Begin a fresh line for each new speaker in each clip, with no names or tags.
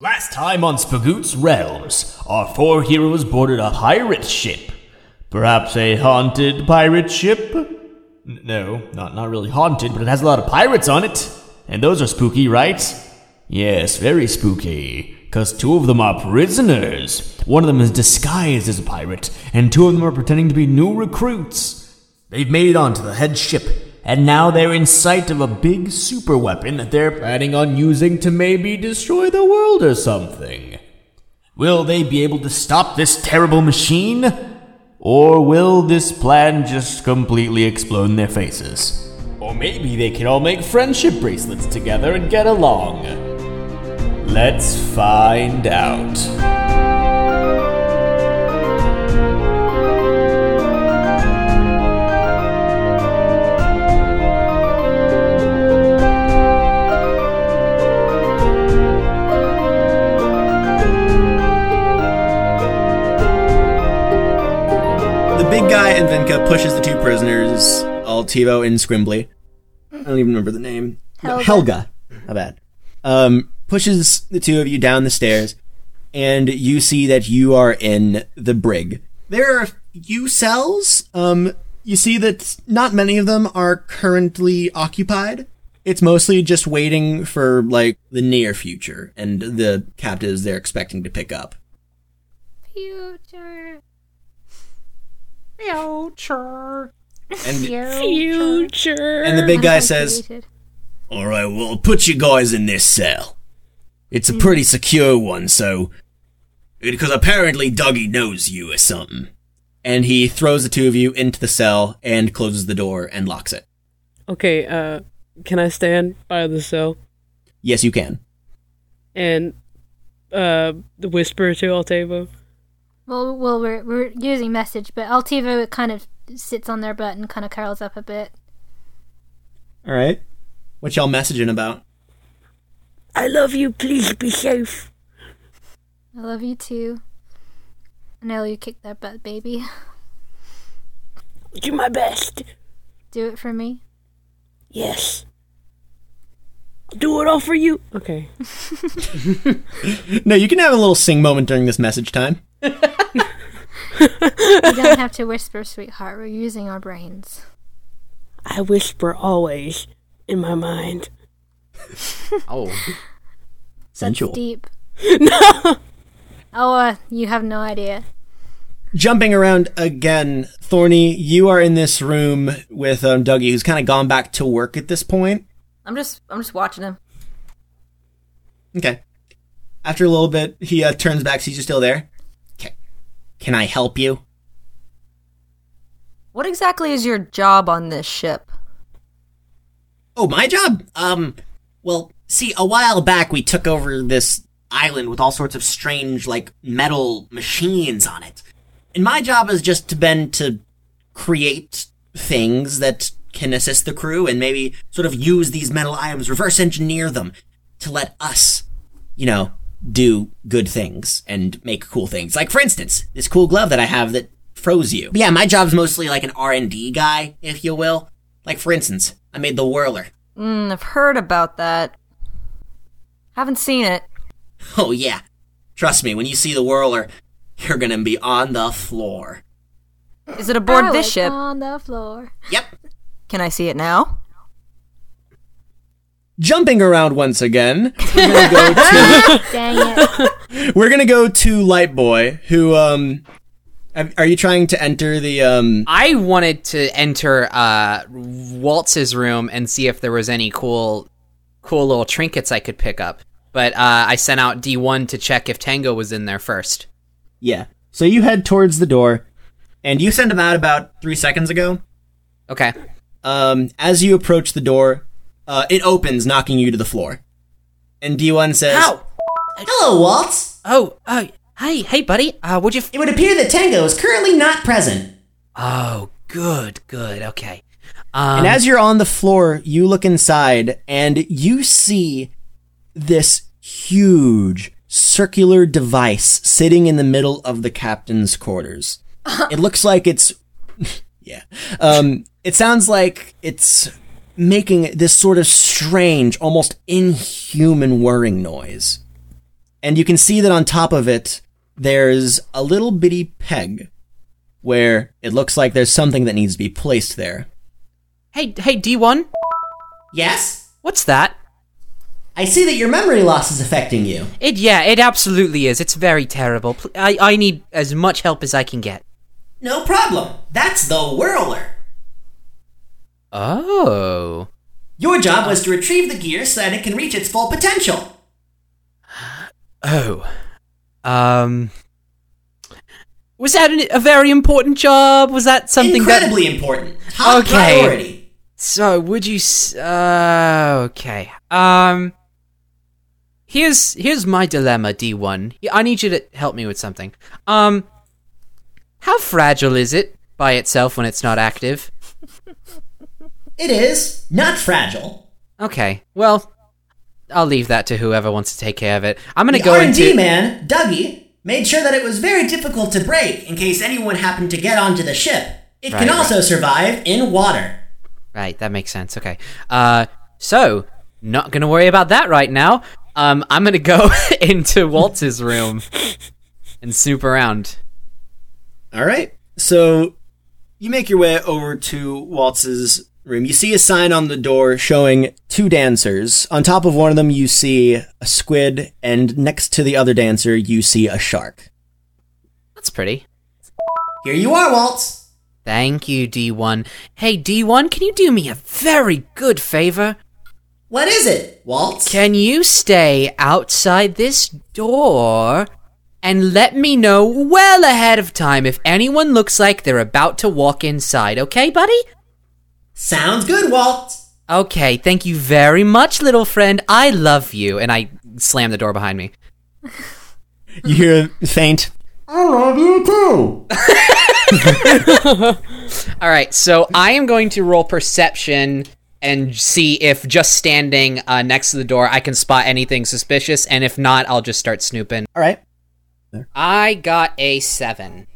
Last time on Spagoot's Realms, our four heroes boarded a pirate ship. Perhaps a haunted pirate ship? N- No, not, not really haunted, but it has a lot of pirates on it. And those are spooky, right? Yes, very spooky. Because two of them are prisoners. One of them is disguised as a pirate, and two of them are pretending to be new recruits. They've made it onto the head ship, and now they're in sight of a big superweapon that they're planning on using to maybe destroy the world or something. Will they be able to stop this terrible machine? Or will this plan just completely explode in their faces? Or maybe they can all make friendship bracelets together and get along. Let's find out.
The big guy and Venka pushes the two prisoners, Altivo and Scrimbly. I don't even remember the name. No,
Helga.
Helga. How bad. Um, pushes the two of you down the stairs, and you see that you are in the brig. There are a few cells. Um, you see that not many of them are currently occupied. It's mostly just waiting for like the near future and the captives they're expecting to pick up.
Future.
Future.
And
Future.
and the big guy
I'm
says,
created.
All right, well, I'll put you guys in this cell. It's a pretty secure one, so. Because apparently Dougie knows you or something. And he throws the two of you into the cell and closes the door and locks it.
Okay, uh, can I stand by the cell
Yes, you can.
and uh whisper to Altavo?
Well, well, we're we're using message, but Altivo it kind of sits on their butt and kind of curls up a bit.
All right. What y'all messaging about?
I love you. Please be safe.
I love you too. I know you kicked that butt, baby.
Do my best.
Do it for me.
Yes. I'll do it all for you. Okay.
No, you can have a little sing moment during this message time.
We don't have to whisper, sweetheart. We're using our brains.
I whisper always in my mind.
Oh.
Sensual.
Deep. no. Oh, uh, you have no idea.
Jumping around again, Thorny, you are in this room with um, Dougie, who's kind of gone back to work at this point.
I'm just I'm just watching him.
Okay. After a little bit, he uh, turns back. Sees you still there. Okay. Can I help you?
What exactly is your job on this ship?
Oh, my job. Um. Well, see, a while back we took over this island with all sorts of strange, like metal machines on it, and my job has just been to create things that can assist the crew and maybe sort of use these metal items, reverse engineer them to let us you know, do good things and make cool things. Like, for instance, this cool glove that I have that froze you. But yeah, my job's mostly like an R&D guy, if you will. Like, for instance, I made the whirler.
Mm, I've heard about that. Haven't seen it.
Oh, yeah. Trust me, when you see the whirler, you're gonna be on the floor.
Is it aboard
I
this
was
ship?
on the floor.
Yep.
Can I see it now?
Jumping around once again,
Dang it!
we're gonna go to Light Boy, who, um... Are you trying to enter the, um...
I wanted to enter uh, Waltz's room and see if there was any cool, cool little trinkets I could pick up. But uh, I sent out D1 to check if Tango was in there first.
Yeah. So you head towards the door, and you sent him out about three seconds ago.
Okay.
Um, as you approach the door, uh, it opens, knocking you to the floor. And D1 says, Hello, Waltz!
Oh, oh, hey, hey, buddy. Uh, would you? F-
It would appear that Tango is currently not present.
oh, good, good. Okay. Um,
and as you're on the floor, you look inside, and you see this huge circular device sitting in the middle of the captain's quarters. it looks like it's. yeah. Um, it sounds like it's making this sort of strange, almost inhuman whirring noise. and you can see that on top of it there's a little bitty peg where it looks like there's something that needs to be placed there.
Hey, hey, D1,
Yes,
what's that?
I see that your memory loss is affecting you.
It yeah, it absolutely is. It's very terrible. Pl- I I need as much help as I can get.
No problem. That's the whirler.
Oh.
Your job was to retrieve the gear so that it can reach its full potential.
Oh. Um Was that an, a very important job? Was that something that
incredibly important. Top
Okay.
priority.
So, would you s- uh, okay. Um Here's here's my dilemma, D1. Yeah, I need you to help me with something. Um How fragile is it by itself when it's not active?
It is not fragile.
Okay. Well, I'll leave that to whoever wants to take care of it. I'm going
The
to go
R&D
into
man, Dougie, made sure that it was very difficult to break in case anyone happened to get onto the ship. It
Right,
can
right.
also survive in water.
Right, that makes sense. Okay. Uh so, not going to worry about that right now. Um I'm going to go into Waltz's room and snoop around.
All right. So you make your way over to Waltz's room. You see a sign on the door showing two dancers. On top of one of them, you see a squid, and next to the other dancer, you see a shark.
That's pretty.
Here you are, Waltz.
Thank you, D1. Hey, D1, can you do me a very good favor?
What is it, Waltz?
Can you stay outside this door and let me know well ahead of time if anyone looks like they're about to walk inside, okay, buddy?
Sounds good, Waltz.
Okay, thank you very much, little friend. I love you. And I slam the door behind me.
You hear a faint.
All right, so I am going to roll perception and see if just standing uh, next to the door I can spot anything suspicious. And if not, I'll just start snooping.
All right.
I got a seven.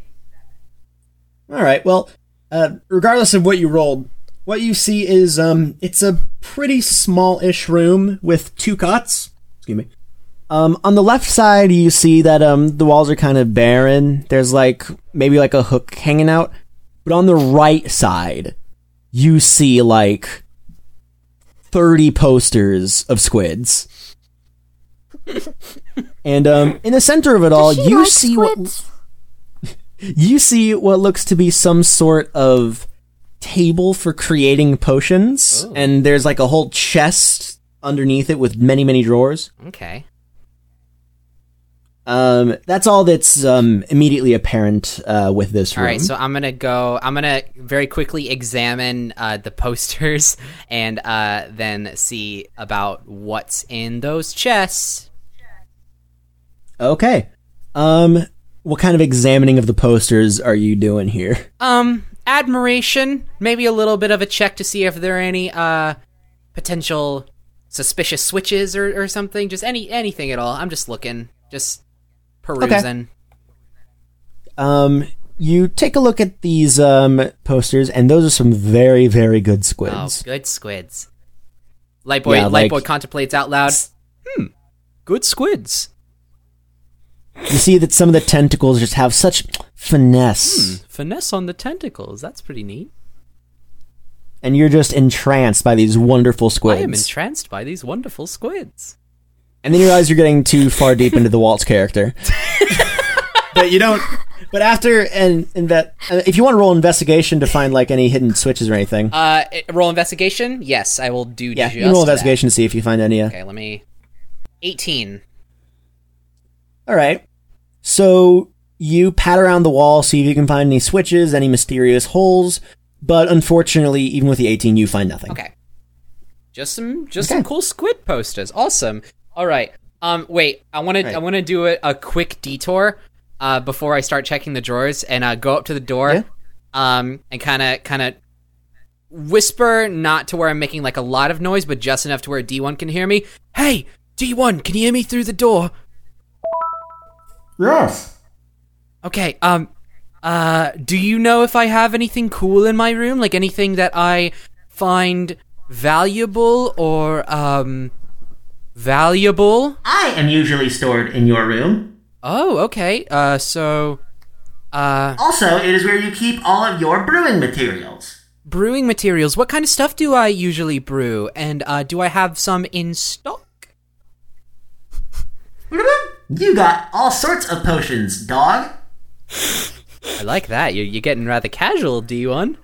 All right. Well, uh, regardless of what you rolled, what you see is um, it's a pretty small-ish room with two cots. Excuse me. Um, on the left side, you see that um, the walls are kind of barren. There's like maybe like a hook hanging out, but on the right side, you see like thirty posters of squids. and um, in the center of it all,
She
you
likes
see what
squids.
you see what looks to be some sort of table for creating potions
Oh.
and there's like a whole chest underneath it with many many drawers
Okay.
um that's all that's um immediately apparent uh with this
All
room
right, so I'm gonna go. I'm gonna very quickly examine uh, the posters and uh, then see about what's in those chests.
okay um what kind of examining of the posters are you doing here
Um, admiration, maybe a little bit of a check to see if there are any uh, potential suspicious switches or, or something. Just any anything at all. I'm just looking, just perusing.
um you take a look at these um posters and those are some very very good
Oh,
squids
good squids. Lightboy,
Yeah, like-
Lightboy contemplates out loud. Hmm, good squids. Oh,
you see that some of the tentacles just have such finesse
Hmm. Finesse on the tentacles. That's pretty neat.
and you're just entranced by these wonderful squids.
I am entranced by these wonderful squids.
and then you realize you're getting too far deep into the Waltz character. but you don't. But after and inve- uh, if you want to roll investigation to find like any hidden switches or anything,
Uh, i- roll investigation. Yes, I will do.
yeah,
just
you can roll
that.
investigation to see if you find any. Uh,
Okay, let me. Eighteen.
All right. So you pat around the wall, see if you can find any switches, any mysterious holes. But unfortunately, even with the 18, you find nothing.
Okay. Just some, just
Okay.
some cool squid posters. Awesome. All right. Um, wait. I want to, I want to do a, a quick detour, uh, before I start checking the drawers and uh, go up to the door,
Yeah.
um, and kind of, kind of whisper, not to where I'm making like a lot of noise, but just enough to where D1 can hear me. Hey, D1, can you hear me through the door?
Yes.
Okay, um uh do you know if I have anything cool in my room? Like anything that I find valuable or um Valuable?
I am usually stored in your room.
Oh, okay. Uh, so, uh,
Also, it is where you keep all of your brewing materials.
brewing materials. What kind of stuff do I usually brew? And uh, do I have some in stock?
You got all sorts of potions, dog.
I like that. You're, you're getting rather casual, D1.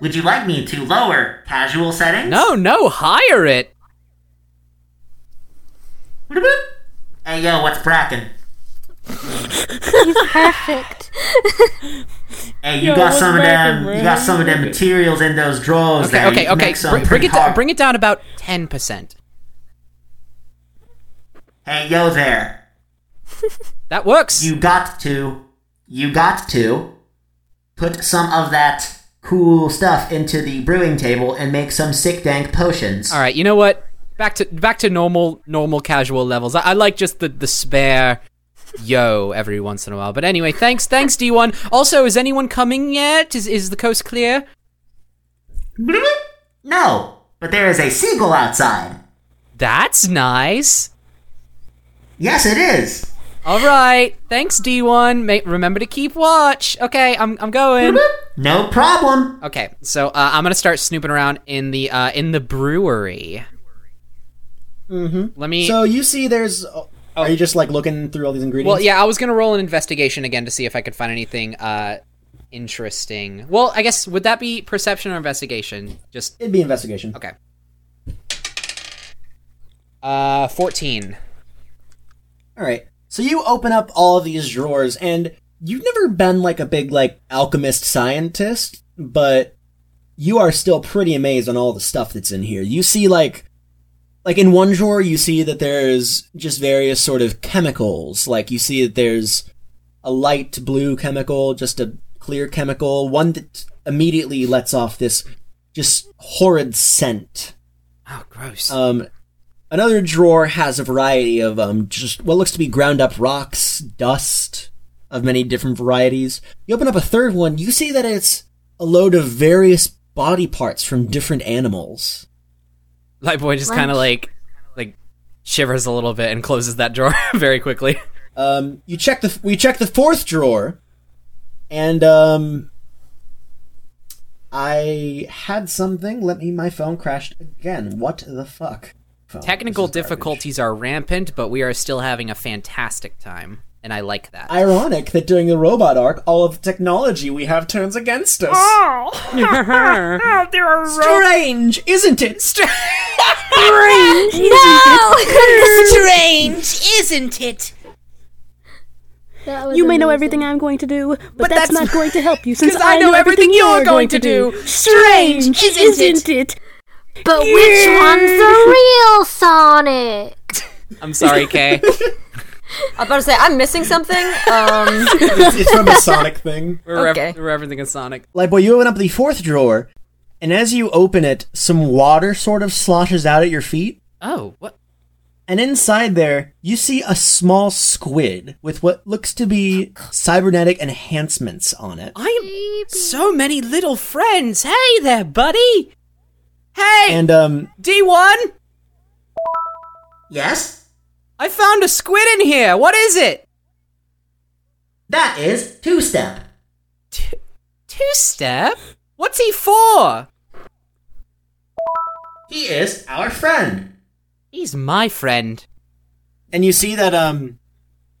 Would you like me to lower casual settings?
No, no, hire it.
Hey yo, what's brackin'?
He's perfect.
Hey, you
Yo,
got
what's
some of them.
brackin', bro?
You got some of them materials in those drawers.
Okay,
there.
okay,
You
okay.
make some
Br- bring
pretty
it, da-
hard-
bring it down about ten percent.
Hey yo, there.
That works.
You got to. You got to. Put some of that cool stuff into the brewing table and make some sick dank potions.
All right. You know what? Back to back to normal, normal casual levels. I, I like just the the spare yo every once in a while. But anyway, thanks, thanks D1. Also, is anyone coming yet? Is is the coast clear?
No, but there is a seagull outside.
That's nice.
Yes, it is.
All right. Thanks, D1. Mate, remember to keep watch. Okay, I'm I'm going.
No problem.
Okay, so uh, I'm gonna start snooping around in the uh, in the brewery. Mm-hmm. Let me.
So you see, there's. oh, Are you just like looking through all these ingredients?
well, yeah, I was gonna roll an investigation again to see if I could find anything uh, interesting. Well, I guess would that be perception or investigation? Just
It'd be investigation.
okay. Uh, fourteen.
All right. So you open up all of these drawers, and you've never been like a big like alchemist scientist, but you are still pretty amazed on all the stuff that's in here. You see like like in one drawer you see that there's just various sort of chemicals. Like you see that there's a light blue chemical, just a clear chemical, one that immediately lets off this just horrid scent.
Oh, gross.
Um, another drawer has a variety of um, just what looks to be ground up rocks, dust of many different varieties. You open up a third one, you see that it's a load of various body parts from different animals.
Lightboy just kind of like like shivers a little bit and closes that drawer very quickly.
Um, you check the we check the fourth drawer, and um, I had something. Let me. My phone crashed again. What the fuck? Phone, this
Technical
is garbage.
difficulties are rampant, but we are still having a fantastic time, and I like that.
Ironic that during the robot arc, all of the technology we have turns against us.
there are
Strange, isn't it? Str-
strange, isn't it?
That was
You may know
amazing.
everything I'm going to do, but, that's, not going to help you since
'Cause I know everything you're going to do.
Strange,
isn't it?
isn't it?
But which one's the real Sonic?
I'm sorry, Kay.
I was about to say I'm missing something. Um,
it's from a Sonic thing.
We're,
Okay.
rev- we're everything is Sonic.
Lightboy, you open up the fourth drawer, and as you open it, some water sort of sloshes out at your feet.
Oh, what?
And inside there, you see a small squid with what looks to be cybernetic enhancements on it.
I am so many little friends. Hey there, buddy. Hey,
And um,
D1.
Yes,
I found a squid in here. What is it?
that is two step.
T- two step. What's he for?
He is our friend.
He's my friend.
and you see that um,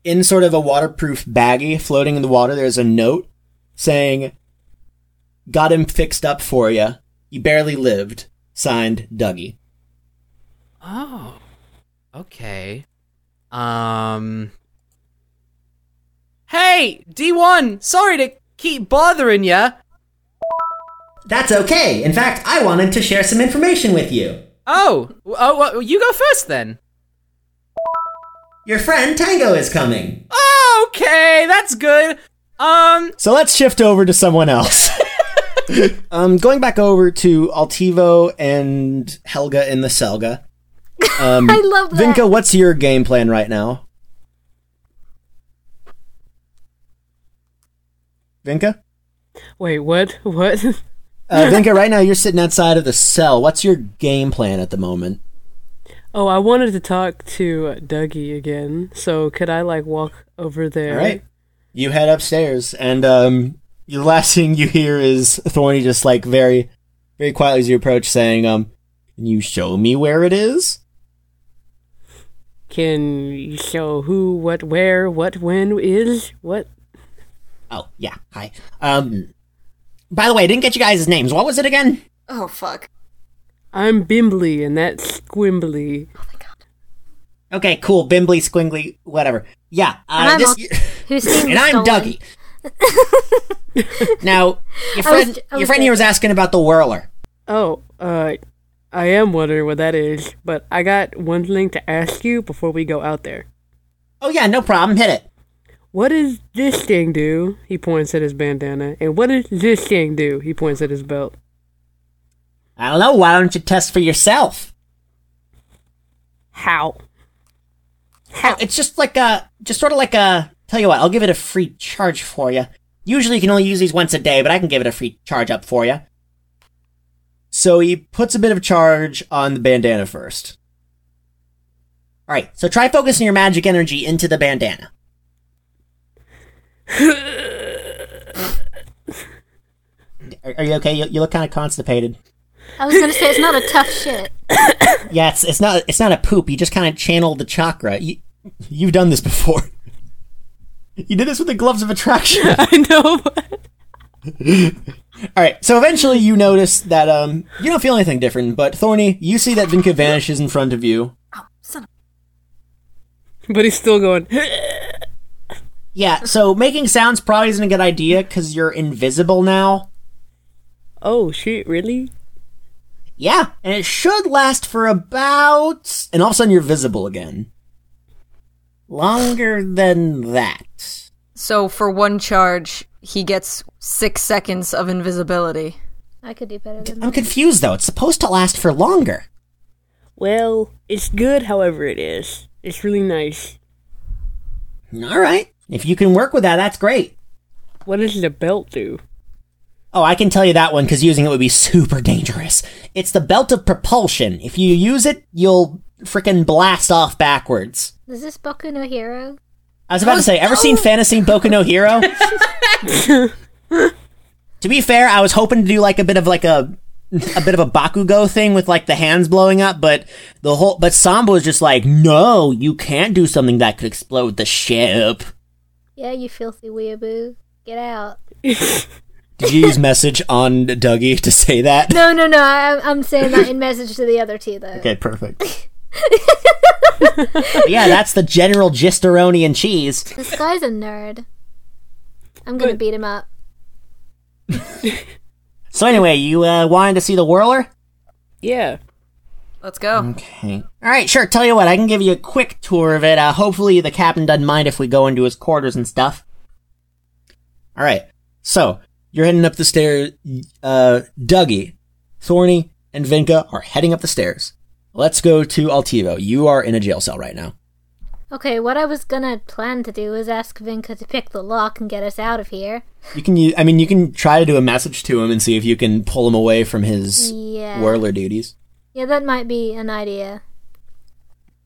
in sort of a waterproof baggie floating in the water, there's a note saying, "Got him fixed up for you. You barely lived." Signed, Dougie.
Oh. Okay. Um. Hey, D1. Sorry to keep bothering ya.
That's okay. In fact, I wanted to share some information with you.
Oh, w- oh, well, you go first then.
Your friend Tango is coming.
Oh, okay, that's good. Um,
So let's shift over to someone else. um, going back over to Altivo and Helga in the Selga. Um,
I love that.
Vinka, what's your game plan right now? Vinka?
Wait, what? What?
Uh, Vinka, right now you're sitting outside of the cell. What's your game plan at the moment?
Oh, I wanted to talk to Dougie again. So could I like walk over there?
All right. You head upstairs, and um, the last thing you hear is Thorny just like very, very quietly as you approach, saying, "Um, can you show me where it is?"
Can you show who, what, where, what, when is what?
Oh yeah, hi. Um, by the way, I didn't get you guys' names. What was it again?
Oh fuck.
I'm Bimbly, and that's Squimbly.
Okay, cool. Bimbly, Squingly, whatever. Yeah,
And
uh,
I'm
this,
Al- whose name
and
was
I'm
stolen.
Dougie. now, your
I was-
friend,
I
your
was
friend here
good.
was asking about the whirler.
Oh, uh, I am wondering what that is, but I got one thing to ask you before we go out there.
Oh yeah, no problem. Hit it.
What does this thing do? He points at his bandana. And what does this thing do? He points at his belt.
I don't know. Why don't you test for yourself?
How?
Oh, It's just like a, just sort of like a. Tell you what, I'll give it a free charge for you. Usually, you can only use these once a day, but I can give it a free charge up for you. So he puts a bit of charge on the bandana first. All right, so try focusing your magic energy into the bandana. Are, are you okay? You, you look kind of constipated.
I was gonna say it's not a tough shit.
Yeah, it's it's not it's not a poop. You just kind of channeled the chakra. You, you've done this before. You did this with the gloves of attraction.
I know, but
All right. So eventually, you notice that um you don't feel anything different, but Thorny, you see that Vinka vanishes in front of you.
but he's still going.
Yeah. So making sounds probably isn't a good idea because you're invisible now.
Oh shit! Really?
Yeah, and it should last for about. And all of a sudden, you're visible again. Longer than that.
So for one charge, he gets six seconds of invisibility.
I could do better than
I'm
that.
confused though. It's supposed to last for longer.
Well, it's good. However, it is. It's really nice.
All right. If you can work with that, that's great.
What does the belt do?
Oh, I can tell you that one because using it would be super dangerous. It's the belt of propulsion. If you use it, you'll frickin' blast off backwards.
Is this Boku no Hero?
I was about to say, ever seen Fantasy Boku no Hero? to be fair, I was hoping to do like a bit of like a a bit of a Bakugo thing with like the hands blowing up, but the whole but Samba was just like, no, you can't do something that could explode the ship.
Yeah, you filthy weeaboo. Get out.
Did you use message on Dougie to say that?
No, no, no. I, I'm saying that in message to the other two, though.
Okay, perfect. But yeah, that's the general gisteroni and cheese.
This guy's a nerd. I'm gonna beat him up.
So anyway, you uh, wanted to see the whirler?
Yeah.
Let's
Oh.
go.
Okay. All right, sure. Tell you what, I can give you a quick tour of it. Uh, hopefully, the captain doesn't mind if we go into his quarters and stuff. All right. So you're heading up the stairs. Uh, Dougie, Thorny, and Vinka are heading up the stairs. Let's go to Altivo. You are in a jail cell right now.
Okay, what I was gonna plan to do was ask Vinka to pick the lock and get us out of here.
You can use, I mean, you can try to do a message to him and see if you can pull him away from his
Yeah.
whirler duties.
Yeah, that might be an idea.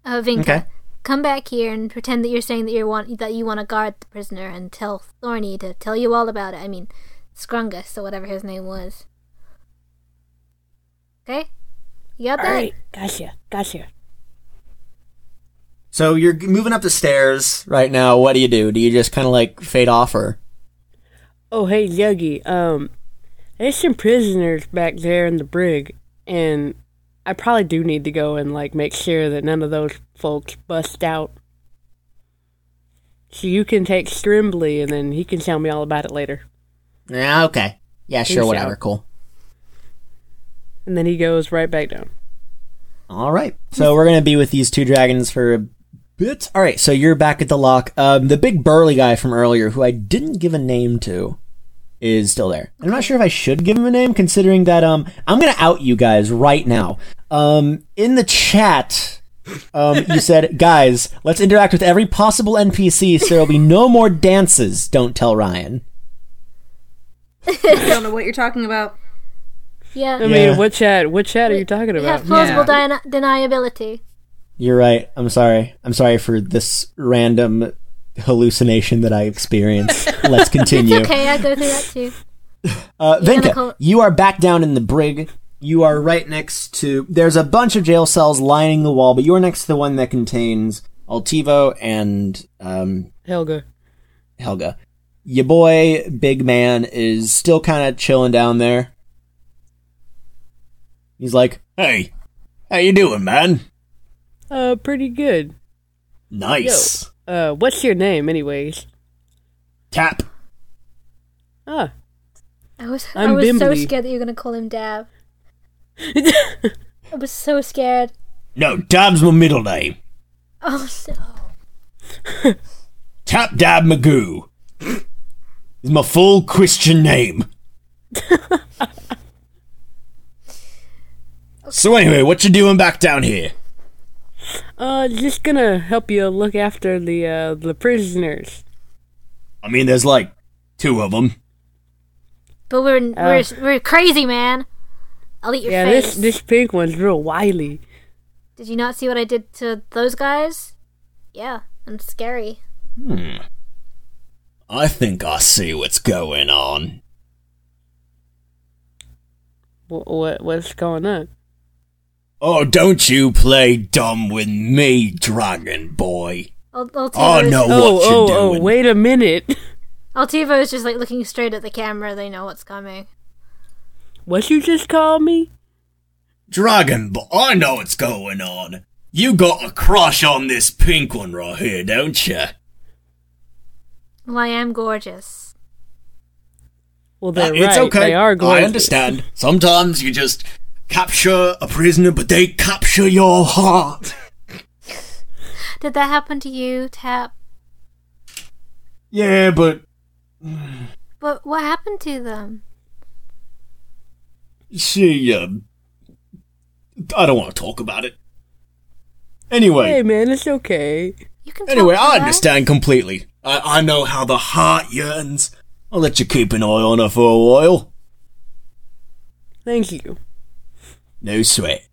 Oh, Vinka,
Okay.
come back here and pretend that you're saying that you want that you want to guard the prisoner and tell Thorny to tell you all about it. I mean, Scrungus or whatever his name was. Okay, you got that?
Alright, gotcha, gotcha.
So you're g- moving up the stairs right now. What do you do? Do you just kind of like fade off or?
Oh hey, Dougie. Um, there's some prisoners back there in the brig, and I probably do need to go and like make sure that none of those folks bust out. So you can take Strimbly, and then he can tell me all about it later.
Yeah, okay. Yeah,
Think
sure,
so.
whatever. Cool.
And then he goes right back down.
All right. So we're going to be with these two dragons for a bit. All right. So you're back at the lock. Um, the big burly guy from earlier, who I didn't give a name to, is still there. I'm not sure if I should give him a name, considering that um, I'm going to out you guys right now. Um, in the chat, um, you said, guys, let's interact with every possible NPC so there'll be no more dances. Don't tell Ryan.
I don't know what you're talking about.
Yeah,
I
Yeah.
mean, what chat? What chat are you talking
we have
about?
Yeah.
plausible deni- deniability.
You're right. I'm sorry. I'm sorry for this random hallucination that I experienced. Let's continue.
Okay, I go through that too.
Uh, Vinka,
call-
you are back down in the brig. You are right next to. There's a bunch of jail cells lining the wall, but you're next to the one that contains Altivo and um,
Helga.
Helga. Your boy, Big Man, is still kind of chilling down there. He's like, "Hey, how you doing, man?
Uh, pretty good.
Nice
Uh, what's your name, anyways?
tap."
Ah,
I was i
I'm
was so
Bimbley.
scared that you were gonna call him Dab. I was so scared.
No, Dab's my middle name.
Oh no.
Tap Dab Magoo is my full Christian name. so anyway, what you doing back down here?
uh, just gonna help you look after the uh the prisoners.
I mean, there's like two of them.
But we're
Uh.
we're we're crazy, man. I'll eat your
yeah,
face.
this this pink one's real wily.
Did you not see what I did to those guys? Yeah, I'm scary.
I think I see what's going on.
What, what what's going on?
Oh, don't you play dumb with me, Dragon Boy.
Al- Altivo
I
is-
know
oh
what you
oh
doing.
oh! Wait a minute.
Altivo is just like looking straight at the camera. They know what's coming.
What you just called me?
Dragon Boy, I know what's going on. You got a crush on this pink one right here, don't you?
Well, I am gorgeous.
Well, they're
Uh, it's
right.
okay.
They are gorgeous.
I understand. Sometimes you just capture a prisoner, but they capture your heart.
Did that happen to you, Tap?
Yeah, but
But what happened to them?
she, um, I don't want to talk about it. Anyway,
Hey man, it's okay.
You can.
anyway,
talk to
I
her.
understand completely. I, I know how the heart yearns. I'll let you keep an eye on her for a while.
Thank you.
No sweat.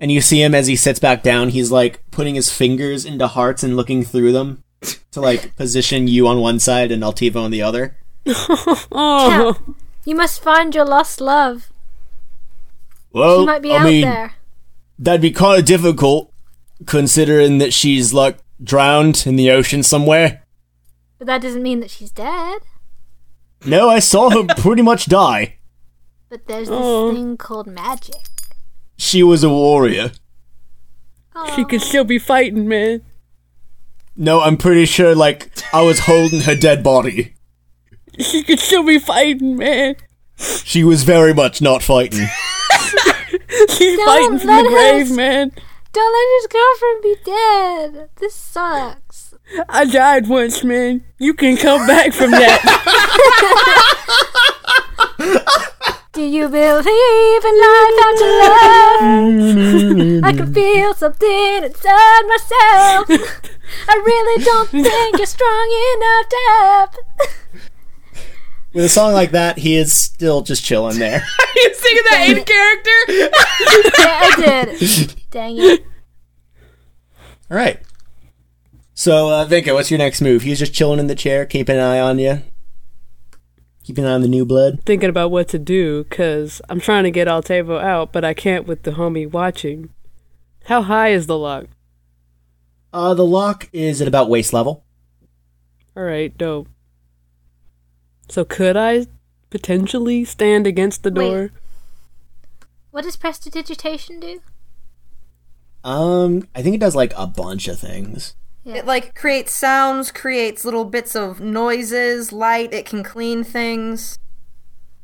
And you see him as he sits back down, he's like putting his fingers into hearts and looking through them to like position you on one side and Altivo on the other.
Oh,
You must find your lost love.
Well,
she might be
Oh, I
out
mean,
there.
that'd be kind of difficult, considering that she's like drowned in the ocean somewhere.
But that doesn't mean that she's dead.
No, I saw her pretty much die.
But there's this
Oh.
thing called magic.
She was a warrior.
Oh.
she could still be fighting, man.
No, I'm pretty sure, like, I was holding her dead body.
She could still be fighting, man.
She was very much not fighting.
She's
Don't
fighting from
let
the grave,
us-
man.
Don't let his girlfriend be dead. This sucks.
I died once, man. You can come back from that.
Do you believe in life after love? I can feel something inside myself. I really don't think you're strong enough to help.
With a song like that, he is still just chilling there.
you singing that in character?
Yeah, I did. Dang it.
All right. So, uh, Vinka, what's your next move? He's just chilling in the chair, keeping an eye on you, keeping an eye on the new blood.
Thinking about what to do, because I'm trying to get Altavo out, but I can't with the homie watching. How high is the lock?
Uh, the lock is at about waist level.
Alright, dope. So could I potentially stand against the
Wait.
door?
What does prestidigitation do?
Um, I think it does like a bunch of things.
Yeah.
It like creates sounds, creates little bits of noises, light. It can clean things.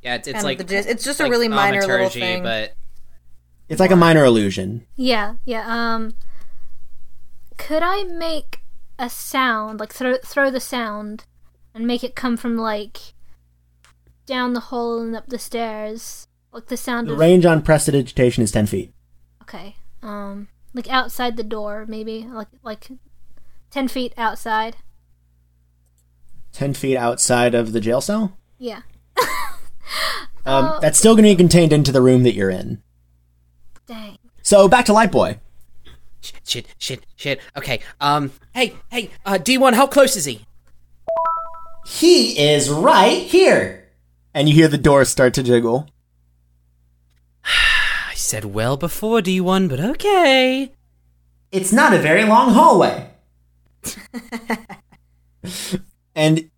Yeah, it's, it's
Kind of
like
the gist. It's just a
like
really minor little
thaumaturgy,
thing.
But
It's like a minor illusion.
Yeah, yeah. Um, could I make a sound like throw throw the sound and make it come from like down the hall and up the stairs, like the sound
The
of
range on prestidigitation is ten feet.
okay, um, like outside the door maybe, like like ten feet outside.
Ten feet outside of the jail cell.
Yeah.
Um,
Oh.
that's still going to be contained into the room that you're in.
Dang.
So back to Lightboy.
Shit, shit, shit, shit. Okay. Um. Hey, hey. Uh. D1, how close is he?
He is right here. And you hear the door start to jiggle.
I said well before D1, but okay.
It's not a very long hallway. and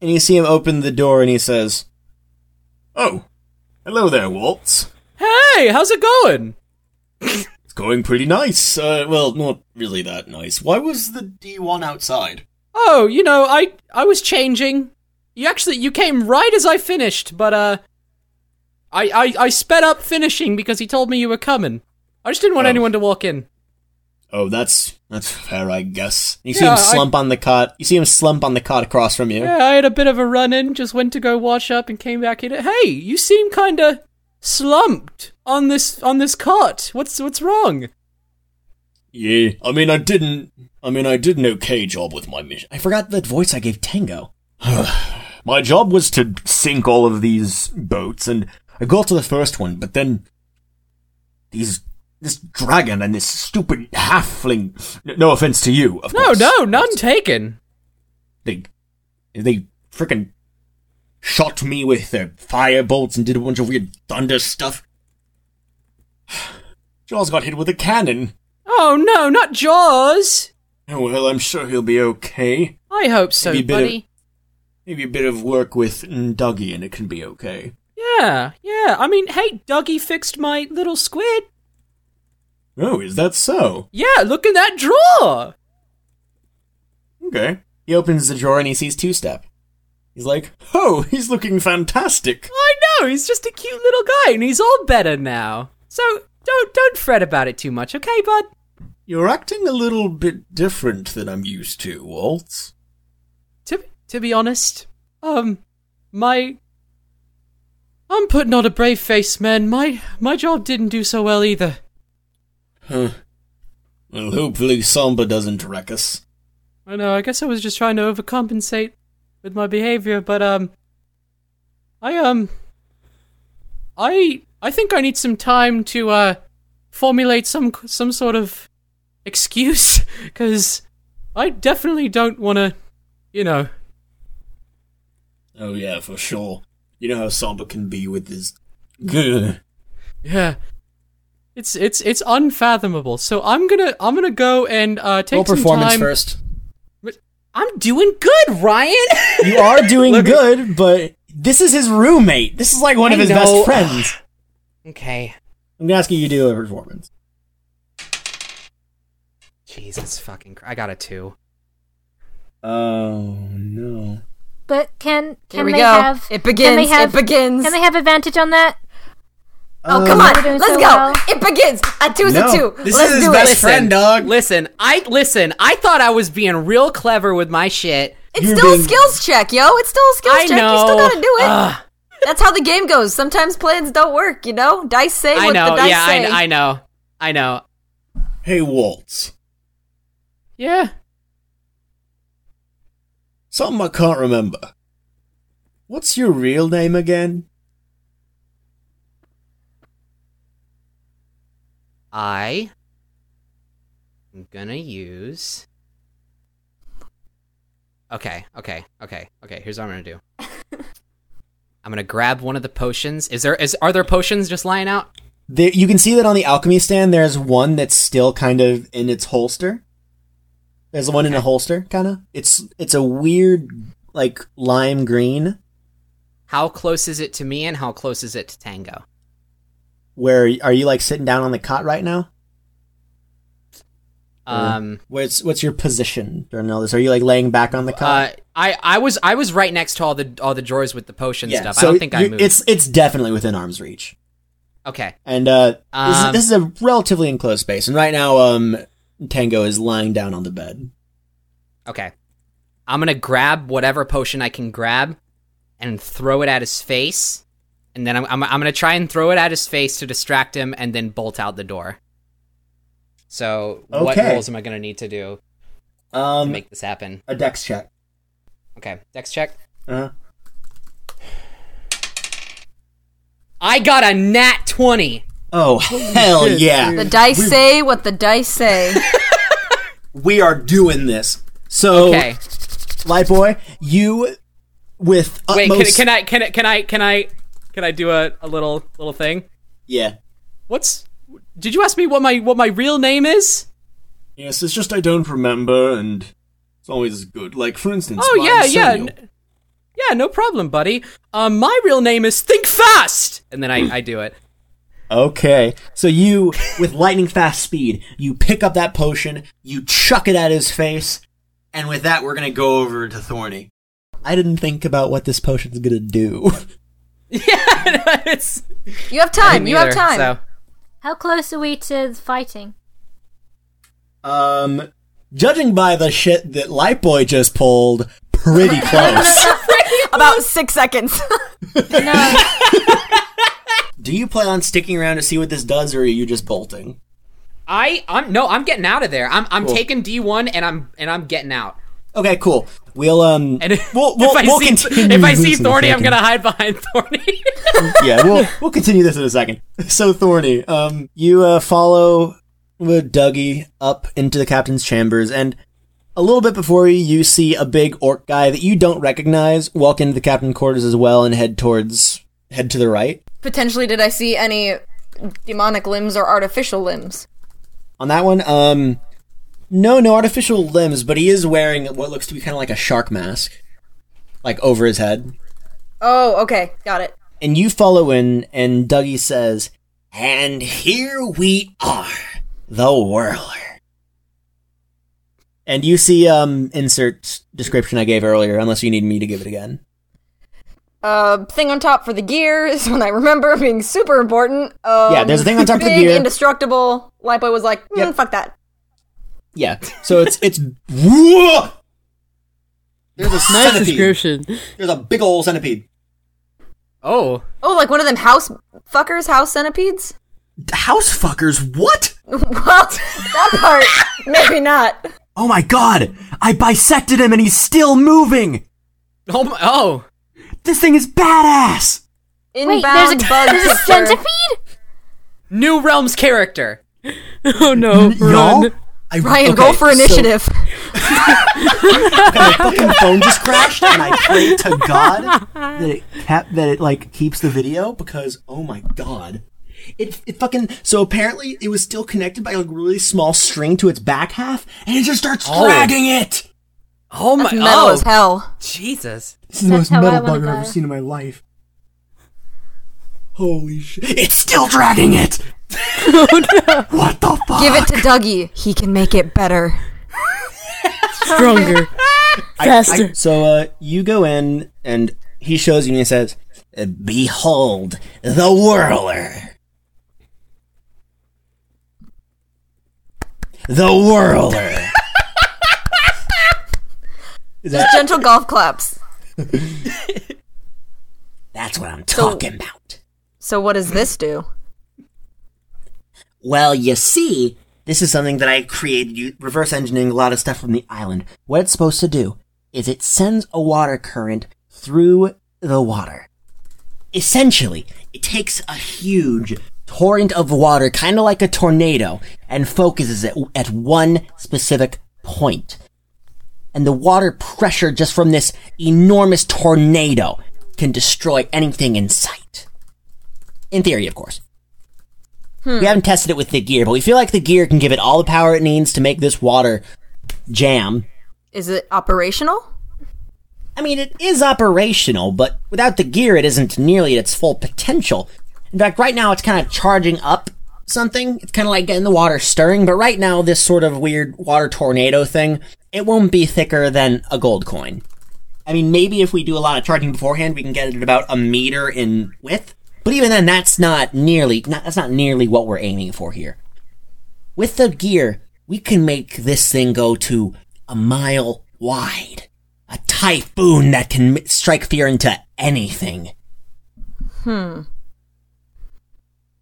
and you see him open the door and he says,
Oh, hello there, Waltz.
Hey, how's it going?
It's going pretty nice. Uh, well, not really that nice. Why was the D1 outside?
Oh, you know, I I was changing. You actually you came right as I finished, but uh I I, I sped up finishing because he told me you were coming. I just didn't want
Oh.
anyone to walk in.
Oh, that's that's fair, I guess.
You see
Yeah,
him
I-
slump on the cot. You see him slump on the cot across from you.
Yeah, I had a bit of a run in, just went to go wash up and came back in. Hey, you seem kinda slumped on this on this cot. What's what's wrong?
Yeah, I mean, I didn't. I mean, I did an okay job with my mission.
I forgot the voice I gave Tango.
My job was to sink all of these boats, and I got to the first one, but then these this dragon and this stupid halfling. n- No offense to you, of
No,
course.
no, none taken.
They they frickin' shot me with their fire bolts and did a bunch of weird thunder stuff. Jaws got hit with a cannon.
Oh no, not Jaws.
Oh, Well, I'm sure he'll be okay.
I hope so,
Maybe a bit of-
buddy.
Maybe a bit of work with Dougie, and it can be okay.
Yeah, yeah. I mean, hey, Dougie fixed my little squid.
Oh, is that so?
Yeah, look in that drawer.
Okay.
He opens the drawer and he sees Two Step. He's like,
Oh, he's looking fantastic.
I know he's just a cute little guy, and he's all better now. So don't don't fret about it too much, okay, bud?
You're acting a little bit different than I'm used to, Waltz.
To to be honest, um, my I'm putting on a brave face, man. My my job didn't do so well either.
Huh. Well, hopefully Samba doesn't wreck us.
I know. I guess I was just trying to overcompensate with my behavior, but um, I um, I I think I need some time to uh formulate some some sort of excuse because I definitely don't want to, you know.
Oh yeah, for sure. You know how Samba can be with his... Gah.
Yeah. It's it's it's unfathomable. So I'm gonna I'm gonna go and uh, take
roll
some
performance
time.
first.
I'm doing good, Ryan.
You are doing good, but this is his roommate. This is like one of
I
his
know.
best friends.
okay.
I'm gonna ask you to do a performance.
Jesus fucking! Christ. I got a two.
Oh no.
But can
Here
can
we
they
go.
have?
It
Can they
begins.
have,
It begins.
Can they have advantage on that?
Oh,
Um,
come
We're doing
on. Let's
so
go.
well.
It begins. A two's
No.
a two.
This
Let's
is his
do
best
it.
friend. dog.
Listen, I listen. I thought I was being real clever with my shit.
It's
You're
still
being-
a skills check, yo. It's still a skills
I
check.
know. Uh,
You still gotta do it.
Ugh,
That's how the game goes. Sometimes plans don't work, you know? Dice say
I
what the
know.
dice
Yeah,
say.
I, I know. I know.
Hey, Waltz.
Yeah.
Something I can't remember.
What's your real name again?
I am gonna use. Okay. Okay. Okay. Okay. Here's what I'm gonna do. I'm gonna grab one of the potions. Is there is are there potions just lying out?
There, you can see that on the alchemy stand. There's one that's still kind of in its holster. There's one in a holster, kind of. It's it's a weird like lime green.
How close is it to me, and how close is it to Tango?
Where are you like sitting down on the cot right now?
Um.
Uh, What's what's your position during all this? Are you like laying back on the
Uh,
cot?
I, I was I was right next to all the all the drawers with the potion stuff. I
so
don't think I
you-
moved.
It's it's definitely within arm's reach.
okay.
And uh, this, is,
Um,
this is a relatively enclosed space. And right now, um, Tango is lying down on the bed.
Okay. I'm gonna grab whatever potion I can grab and throw it at his face. And then I'm, I'm, I'm gonna try and throw it at his face to distract him and then bolt out the door. So what
Okay.
rolls am I gonna need to do to
Um,
make this happen?
a dex check.
Okay. Dex check.
Uh,
I got a nat twenty.
Oh, hell
shit,
yeah.
dude.
The dice say what the dice say.
we are doing this. So,
Okay.
Light Boy, you with
Wait, can,
utmost
can I can I can I can I can I do a, a little little thing?
yeah.
What's did you ask me what my what my real name is?
Yes, it's just I don't remember, and it's always good. Like, for instance,
Oh
my
yeah, yeah,
Samuel.
n- yeah. No problem, buddy. Um, my real name is Think Fast, and then I I do it.
Okay. So you with lightning fast speed, you pick up that potion, you chuck it at his face, and with that we're going to go over to Thorny. I didn't think about what this potion's going to do.
Yeah, no, it's
You have
I
time.
didn't
You have
either,
time.
So.
How close are we to fighting?
Um judging by the shit that Lightboy just pulled, pretty close.
About six seconds.
do you plan on sticking around to see what this does or are you just bolting?
I I'm no, I'm getting out of there. I'm I'm
Cool.
taking D one and I'm and I'm getting out.
Okay, cool. We'll um
And if,
we'll, we'll,
if I
we'll
see
continue
if I see
this in a
Thorny, I'm
second.
gonna hide behind Thorny.
yeah, we'll we'll continue this in a second. So Thorny, um, you uh, follow uh, Dougie up into the captain's chambers, and a little bit before you, you see a big orc guy that you don't recognize walk into the captain's quarters as well and head towards head to the right.
Potentially, did I see any demonic limbs or artificial limbs?
On that one, um, no, no artificial limbs, but he is wearing what looks to be kind of like a shark mask, like over his head.
Oh, okay, got it.
And you follow in, and Dougie says, "And here we are, the Whirler." And you see, um, insert description I gave earlier, unless you need me to give it again.
Uh, thing on top for the gears. When I remember being super important. Um,
Yeah, there's a thing on top of the
big,
gear.
Indestructible. Lipo was like, mm,
Yep.
fuck that.
Yeah. So it's it's whoa! There's a
Nice
centipede.
description.
There's a big old centipede.
oh.
Oh, like one of them house fuckers, house centipedes.
House fuckers, what?
well, that part maybe not.
Oh my god! I bisected him and he's still moving!
Oh my, oh.
This thing is badass!
Inbound
there's a,
bug
there's a
picture.
centipede?
New Realms character.
Oh no,
Y'all?
run.
I,
Ryan, go
okay,
for
so-
initiative.
my fucking phone just crashed, and I pray to God that it kept that it like keeps the video because oh my God, it it fucking so apparently it was still connected by a really small string to its back half, and it just starts
Oh.
dragging it.
Oh my
That's metal
oh.
as hell.
Jesus.
This is
the That's most how I metal wanna bug I've go. ever seen
in my life. Holy shit! It's still dragging it.
Oh,
What the fuck?
Give it to Dougie. He can make it better.
Stronger. Faster.
So uh, you go in, and he shows you, and he says, "Behold the whirler." The whirler. Is that-
Just gentle golf claps.
that's what I'm talking about.
So what does this do?
Well, you see, this is something that I created you reverse engineering a lot of stuff from the island. What it's supposed to do is it sends a water current through the water. Essentially, it takes a huge torrent of water, kind of like a tornado, and focuses it at one specific point. And the water pressure just from this enormous tornado can destroy anything in sight. In theory, of course. We haven't tested it with the gear, but we feel like the gear can give it all the power it needs to make this water jam.
Is it operational?
I mean, it is operational, but without the gear, it isn't nearly at its full potential. In fact, right now, it's kind of charging up something. It's kind of like getting the water stirring, but right now, this sort of weird water tornado thing, it won't be thicker than a gold coin. I mean, maybe if we do a lot of charging beforehand, we can get it at about a meter in width. But even then, that's not nearly, not, that's not nearly what we're aiming for here. With the gear, we can make this thing go to a mile wide. A typhoon that can m- strike fear into anything.
Hmm.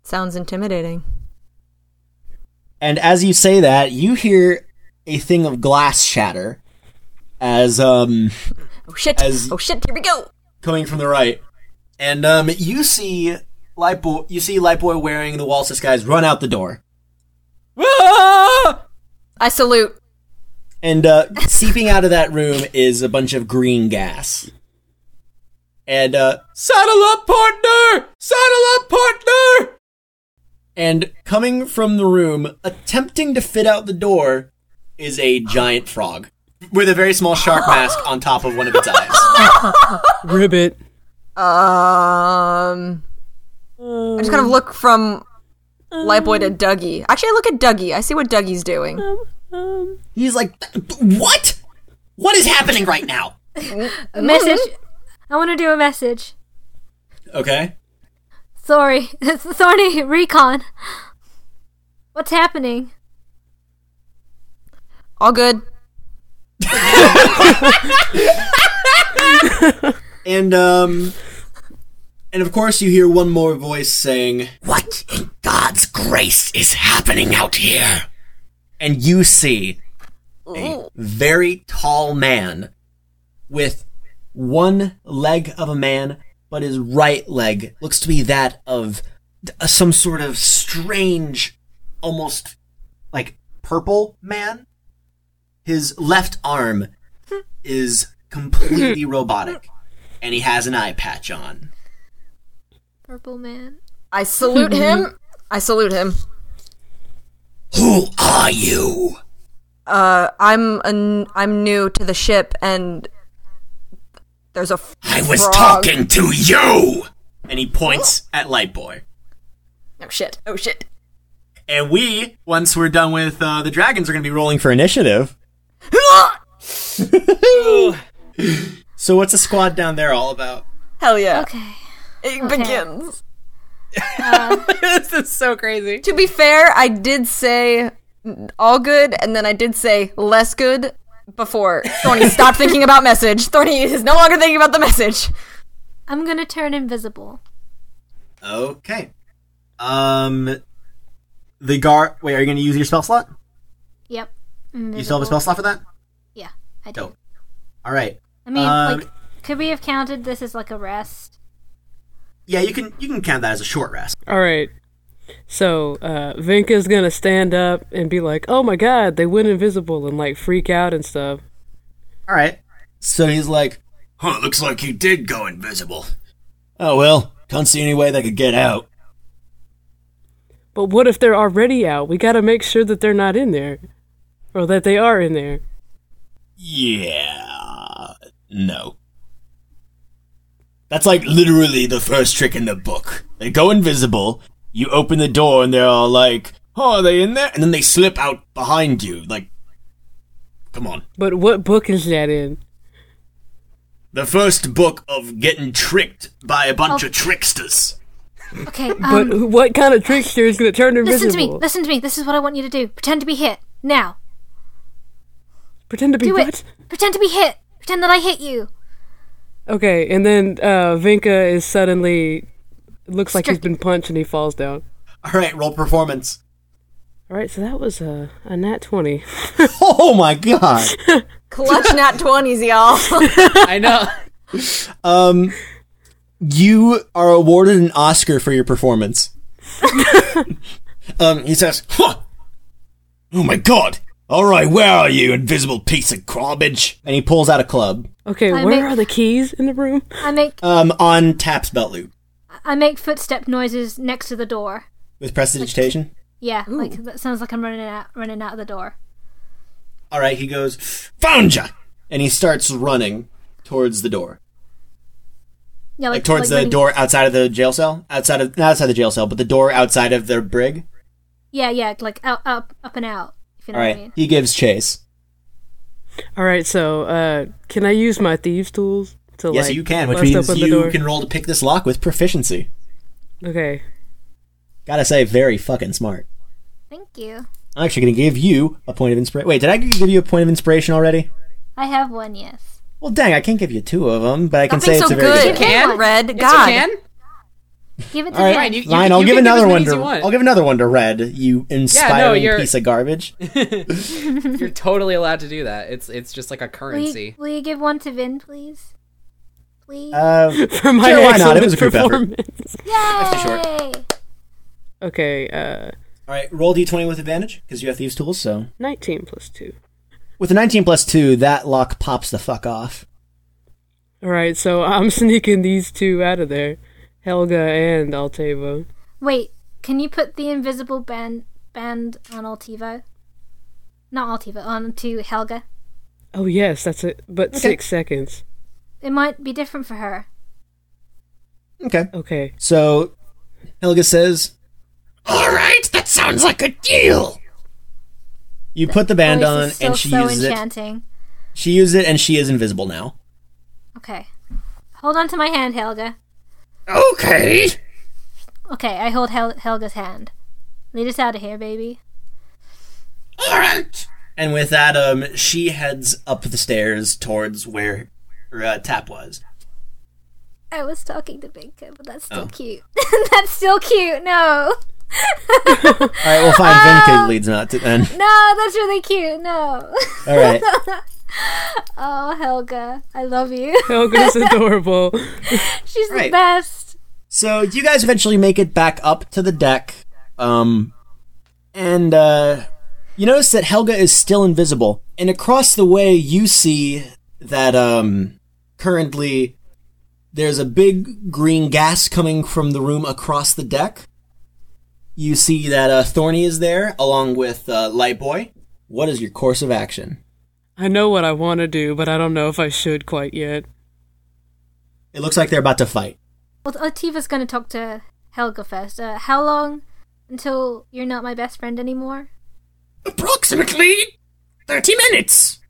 Sounds intimidating.
And as you say that, you hear a thing of glass shatter as, um,
Oh shit!
As-
Oh shit! Here we go.
coming from the right. And, um, you see Lightboy, you see Lightboy wearing the Waltz's guys run out the door.
I salute.
And uh, seeping out of that room is a bunch of green gas. And uh, saddle up, partner! Saddle up, partner! And coming from the room, attempting to fit out the door, is a giant frog with a very small shark mask on top of one of its eyes.
Ribbit.
Um,
Uh,
I just kind of look from Lightboy
Um,
to Dougie. Actually, I look at Dougie. I see what Dougie's doing.
He's like, what? What is happening right now?
A message. I want to do a message.
Okay.
Sorry, Thorny Recon. What's happening?
All good.
And um and of course you hear one more voice saying, "What in God's grace is happening out here?" And you see a very tall man with one leg of a man, but his right leg looks to be that of uh, some sort of strange almost like purple man. His left arm is completely robotic and he has an eye patch on.
Purple man.
I salute him. I salute him.
Who are you?
Uh, I'm an, I'm new to the ship, and there's a. F-
I was
frog.
talking to you! And he points at Lightboy.
Oh shit! Oh shit!
And we, once we're done with uh, the dragons, are going to be rolling for initiative. so, what's the squad down there all about?
Hell yeah!
Okay.
It
Okay.
begins.
this is so crazy.
To be fair, I did say all good, and then I did say less good before. Thorny, stop thinking about message. Thorny is no longer thinking about the message.
I'm gonna turn invisible.
Okay. Um. The guard. Wait, are you going to use your spell slot?
Yep.
You still have a spell slot for that?
Yeah, I do.
Dope. All right.
I mean,
Um,
like, could we have counted this as like a rest?
Yeah, you can you can count that as a short rest.
All right. So, uh, Vinka's gonna stand up and be like, oh my god, they went invisible and like freak out and stuff.
All right. So he's like, "Huh, looks like you did go invisible." Oh well, can't see any way they could get out.
But what if they're already out? We gotta make sure that they're not in there. Or that they are in there.
Yeah. No. That's like literally the first trick in the book. They go invisible, you open the door, and they're all like, "Oh, are they in there?" And then they slip out behind you. Like, come on.
But what book is that in?
The first book of getting tricked by a bunch of tricksters.
Okay. Um,
But who- what kind of trickster is gonna turn invisible?
listen to me. Listen to me. This is what I want you to do. Pretend to be hit now.
Pretend to be
Do
what?
it. Pretend to be hit. Pretend that I hit you.
Okay, and then uh, Vinka is suddenly looks like he's been punched and he falls down.
All right, roll performance.
All right, so that was a, a nat twenty.
Oh my god.
Clutch nat 20s, y'all.
I know.
Um, you are awarded an Oscar for your performance. um, he says, huh. "Oh my god! All right, where are you, invisible piece of garbage?" And he pulls out a club.
Okay,
I
where
make-
are the keys in the room?
I make
Um, on Tap's belt loop
I make footstep noises next to the door.
with prestidigitation.
Yeah, like that sounds like I'm running out, running out of the door.
All right, he goes, "Found ya!" And he starts running towards the door,
Yeah,
like towards the
running-
door outside of the jail cell, outside of not outside the jail cell, but the door outside of their brig.
Yeah, yeah, like out, up, up and out. If you know
All
what I mean.
right, he gives chase.
All right, so uh, can I use my thieves' tools to
yes,
like
you can, which
bust
means
open the
you
door?
can roll to pick this lock with proficiency.
Okay,
Gotta say, very fucking smart.
Thank you.
I'm actually gonna give you a point of inspiration. Wait, did I give you a point of inspiration already?
I have one. Yes.
Well, dang, I can't give you two of them, but I can
Nothing's
say it's
so
a very good.
good. Can. Red.
Yes, you
God.
can.
Give it to
All right,
Jen.
you-
Ryan, I'll
you
give
can give as
another
many
one
as
to
you want.
I'll give another one to Red. You inspiring
you're-
piece of garbage.
You're totally allowed to do that. It's it's just like a
Will you-
currency.
Will you, give one to Vin, please? please?
Uh,
For my
sure, why not?
excellent
It was a group effort.
performance.
Yay!
Okay, uh,
All right, roll d20 with advantage because you have thieves' tools. So
19 plus 2.
with a 19 plus two, that lock pops the fuck off.
Alright, so I'm sneaking these two out of there Helga and Altavo.
Wait, can you put the invisible band band on Altivo? Not Altivo, on to Helga.
Oh, yes, that's it. But six seconds.
It might be different for her.
Okay.
Okay.
So Helga says,
All right, that sounds like a deal.
"You put the band on,
is still
and she
so
uses it.
enchanting.
She uses it, and she is invisible now."
Okay, hold on to my hand, Helga.
Okay.
Okay, I hold Hel- Helga's hand. Lead us out of here, baby.
And with that, um, she heads up the stairs towards where her, uh, tap was.
I was talking to Binka, but that's still
Oh.
cute. that's still cute. No,
All right, well, fine. Vinka leads not to then.
no, that's really cute. No.
All right.
oh, Helga, I love you.
Helga's adorable.
She's the
Right.
best.
So you guys eventually make it back up to the deck, um, and uh, you notice that Helga is still invisible. And across the way, you see that um, currently there's a big green gas coming from the room across the deck. You see that uh, Thorny is there along with uh, Lightboy. What is your course of action?
I know what I want to do, but I don't know if I should quite yet.
It looks like they're about to fight.
Well, Ativa's gonna talk to Helga first. Uh, how long until you're not my best friend anymore?
Approximately 30 minutes.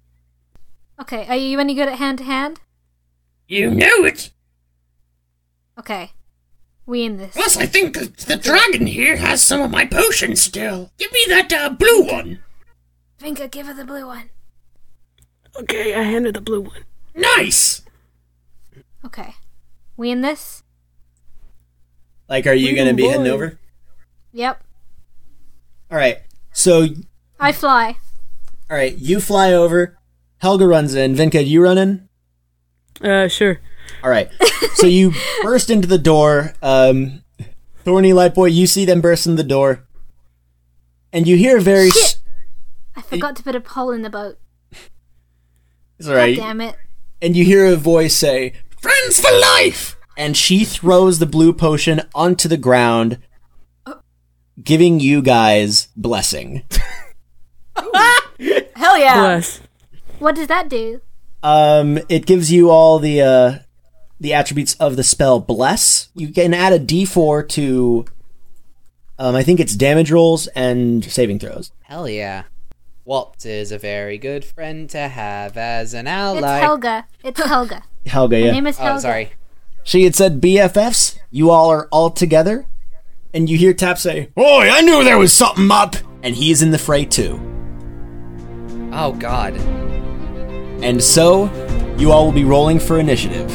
Okay, are you any good at hand to hand?
You know it.
Okay, we in this.
Plus, I think th- the dragon here has some of my potions still. Give me that uh, blue one.
Vinka, give her the blue one.
Okay, I handed the blue one.
Nice.
Okay, we in this.
Like, are you
We
going to be heading
boy.
over?
Yep,
All right. So
I fly.
All right, you fly over. Helga runs in. Vinka, you run in.
Uh, sure.
All right. So you burst into the door. Um, Thorny Lightboy, you see them burst in the door, and you hear a very. s-
I forgot to put a pole in the boat.
It's all right.
God damn it.
And you hear a voice say,
Friends for life.
and she throws the blue potion onto the ground, giving you guys blessing.
Hell yeah.
Bless.
What does that do?
Um, it gives you all the uh, the attributes of the spell bless. You can add a D4 to, um, I think it's damage rolls and saving throws.
Hell yeah. Walt is a very good friend to have as an
It's
ally.
Helga. It's Helga.
Helga,
Her
yeah.
name is Helga.
oh, sorry.
she had said BFFs. You all are all together, and you hear Tap say,
Oi, I knew there was something up!
and he's in the fray too.
Oh god.
And so, you all will be rolling for initiative.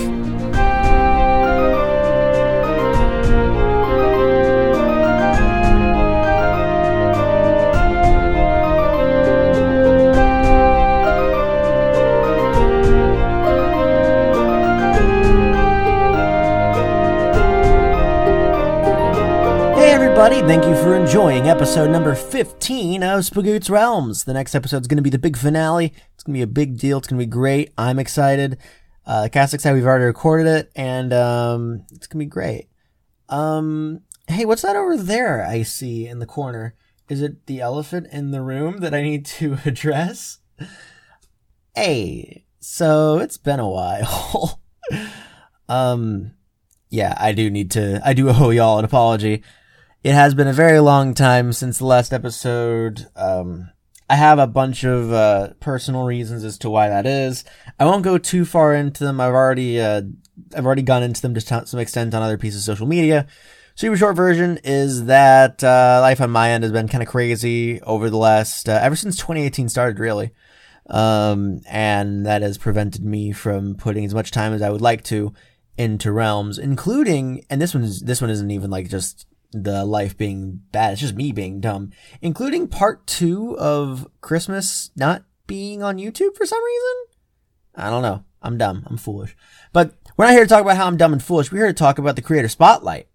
Hey everybody, thank you for enjoying episode number 15 of Spagoot's Realms. The next episode's going to be the big finale. It's going to be a big deal. It's going to be great. I'm excited. Uh, the cast excited. We've already recorded it and um, it's going to be great. Um, hey, what's that over there I see in the corner? Is it the elephant in the room that I need to address? Hey, so it's been a while. um, yeah, I do need to. I do owe y'all an apology. It has been a very long time since the last episode. Um, I have a bunch of uh, personal reasons as to why that is. I won't go too far into them. I've already, uh, I've already gone into them to t- some extent on other pieces of social media. Super short version is that uh, life on my end has been kind of crazy over the last, uh, ever since 2018 started, really. Um, and that has prevented me from putting as much time as I would like to into realms, including and this one's this one isn't even like just the life being bad, it's just me being dumb. Including part two of Christmas not being on YouTube for some reason. I don't know. I'm dumb. I'm foolish. But we're not here to talk about how I'm dumb and foolish. We're here to talk about the creator spotlight.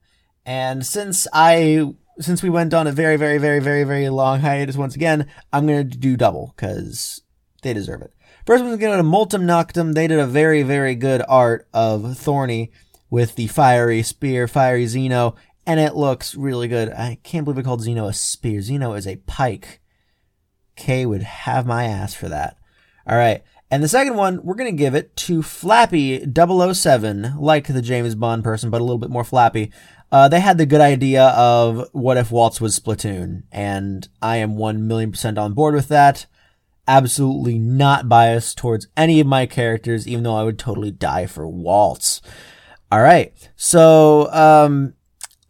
And since I since we went on a very very very very very long hiatus once again, I'm going to do double cuz they deserve it. First one's going to go to Multum Noctum. They did a very very good art of Thorny with the fiery spear, fiery Xeno, and it looks really good. I can't believe I called Xeno a spear. Xeno is a pike. Kay would have my ass for that. All right. And the second one, we're going to give it to Flappy 007, like the James Bond person, but a little bit more flappy. Uh, they had the good idea of what if Waltz was Splatoon, and I am 1 million percent on board with that. Absolutely not biased towards any of my characters, even though I would totally die for Waltz. All right. So, um,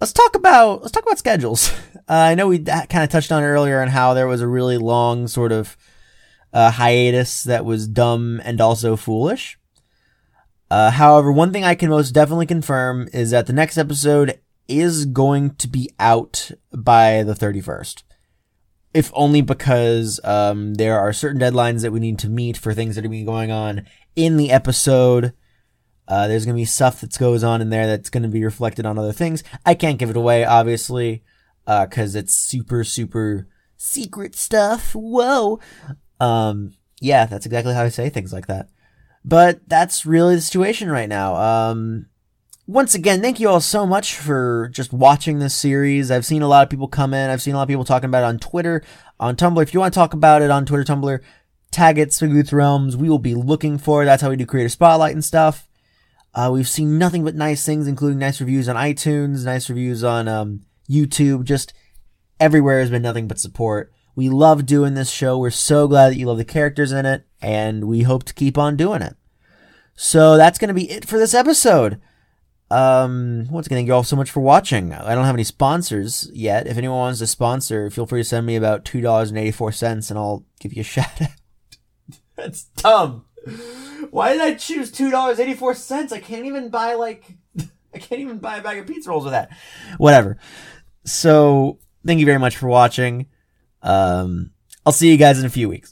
let's talk about let's talk about schedules. Uh, I know we kind of touched on it earlier on how there was a really long sort of uh, hiatus that was dumb and also foolish. Uh, however, one thing I can most definitely confirm is that the next episode is going to be out by the 31st. If only because um, there are certain deadlines that we need to meet for things that are going to be going on in the episode. Uh, there's going to be stuff that goes on in there that's going to be reflected on other things. I can't give it away, obviously, because it's super, super secret stuff. Whoa. Um, yeah, that's exactly how I say things like that. But that's really the situation right now. Um, once again, thank you all so much for just watching this series. I've seen a lot of people come in. I've seen a lot of people talking about it on Twitter, on Tumblr. If you want to talk about it on Twitter, Tumblr, tag it, Spigooth Realms. We will be looking for it. That's how we do Creator Spotlight and stuff. Uh, we've seen nothing but nice things, including nice reviews on iTunes, nice reviews on um, YouTube. Just everywhere has been nothing but support. We love doing this show. We're so glad that you love the characters in it, and we hope to keep on doing it. So that's going to be it for this episode. Um, once again, thank you all so much for watching. I don't have any sponsors yet. If anyone wants to sponsor, feel free to send me about two dollars and eighty-four cents, and I'll give you a shout out. that's dumb. Why did I choose two dollars eighty-four cents? I can't even buy like I can't even buy a bag of pizza rolls with that. Whatever. So thank you very much for watching. Um, I'll see you guys in a few weeks.